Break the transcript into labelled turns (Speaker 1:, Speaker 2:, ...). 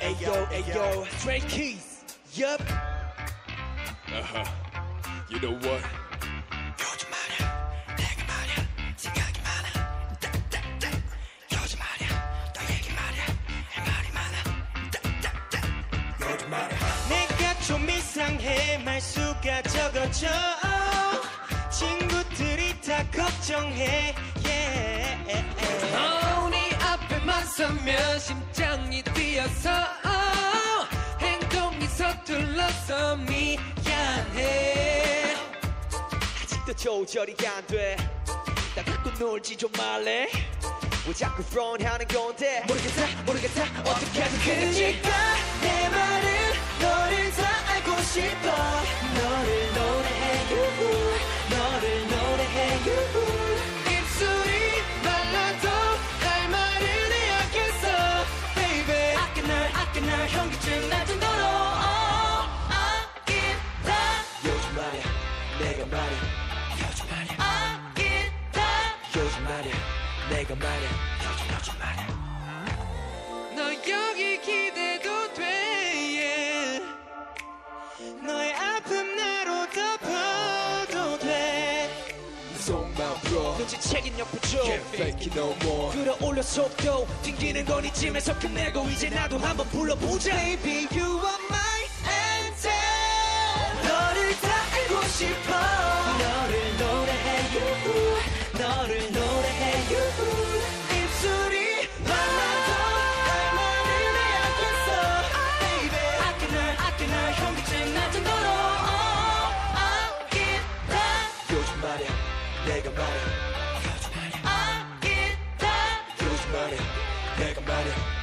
Speaker 1: Ayo, ayo, Drake Keys. Yup.
Speaker 2: Uh-huh. You know what?
Speaker 1: 요즘 말야, 내가 말야, 생각이 많아. 따따따. 요즘 말야, 너 얘기 말야, 할 말이 많아. 따따따. 요즘 말야. 내가 좀 이상해, 말수가 적어져. 친구들이 다 걱정해. Yeah.
Speaker 3: 어머니 앞에만 서면 심장이 뛰어서 어, 행동이 서툴러서 미안해
Speaker 1: 아직도 조절이 안 돼. 나 갖고 놀지 좀 말래. 왜 자꾸 프론하는 건데? 모르겠다, 모르겠다. 어떻게 하면 되지?
Speaker 3: 그니까 내 말은 너를 다 알고 싶어 너를 노래해 유후 너를 노래해 유후 입술이 말라도 할 말을 해야겠어 baby 아끼날 아끼날 현기증 날 정도로 아끼다
Speaker 1: 요즘 말야, 내가 말야. 요즘 말야,
Speaker 3: 아끼다
Speaker 1: 요즘 말야, 내가 말야. 요즘 요즘 말야.
Speaker 3: 너 여기 기대도 돼 yeah. 너의 아픔 나로 덮어도 돼
Speaker 2: 속만 풀어.
Speaker 1: 눈치채긴 옆 부족.
Speaker 2: Can't fake it no more.
Speaker 1: 끌어올려 속도 튕기는 건 이쯤에서 끝내고 이제 나도 한번 불러보자 Baby you are my angel 너를 다 알고 싶어
Speaker 3: 너를 노래해 유후 너를 노래해 유후 입술이 말라도 할 말을 해야겠어 baby 아끼날 아끼날 현기증 날 정도로 아끼다
Speaker 1: 어, 요즘 말야 내가 말야
Speaker 3: 아끼다
Speaker 1: 요즘 말야 내가 말야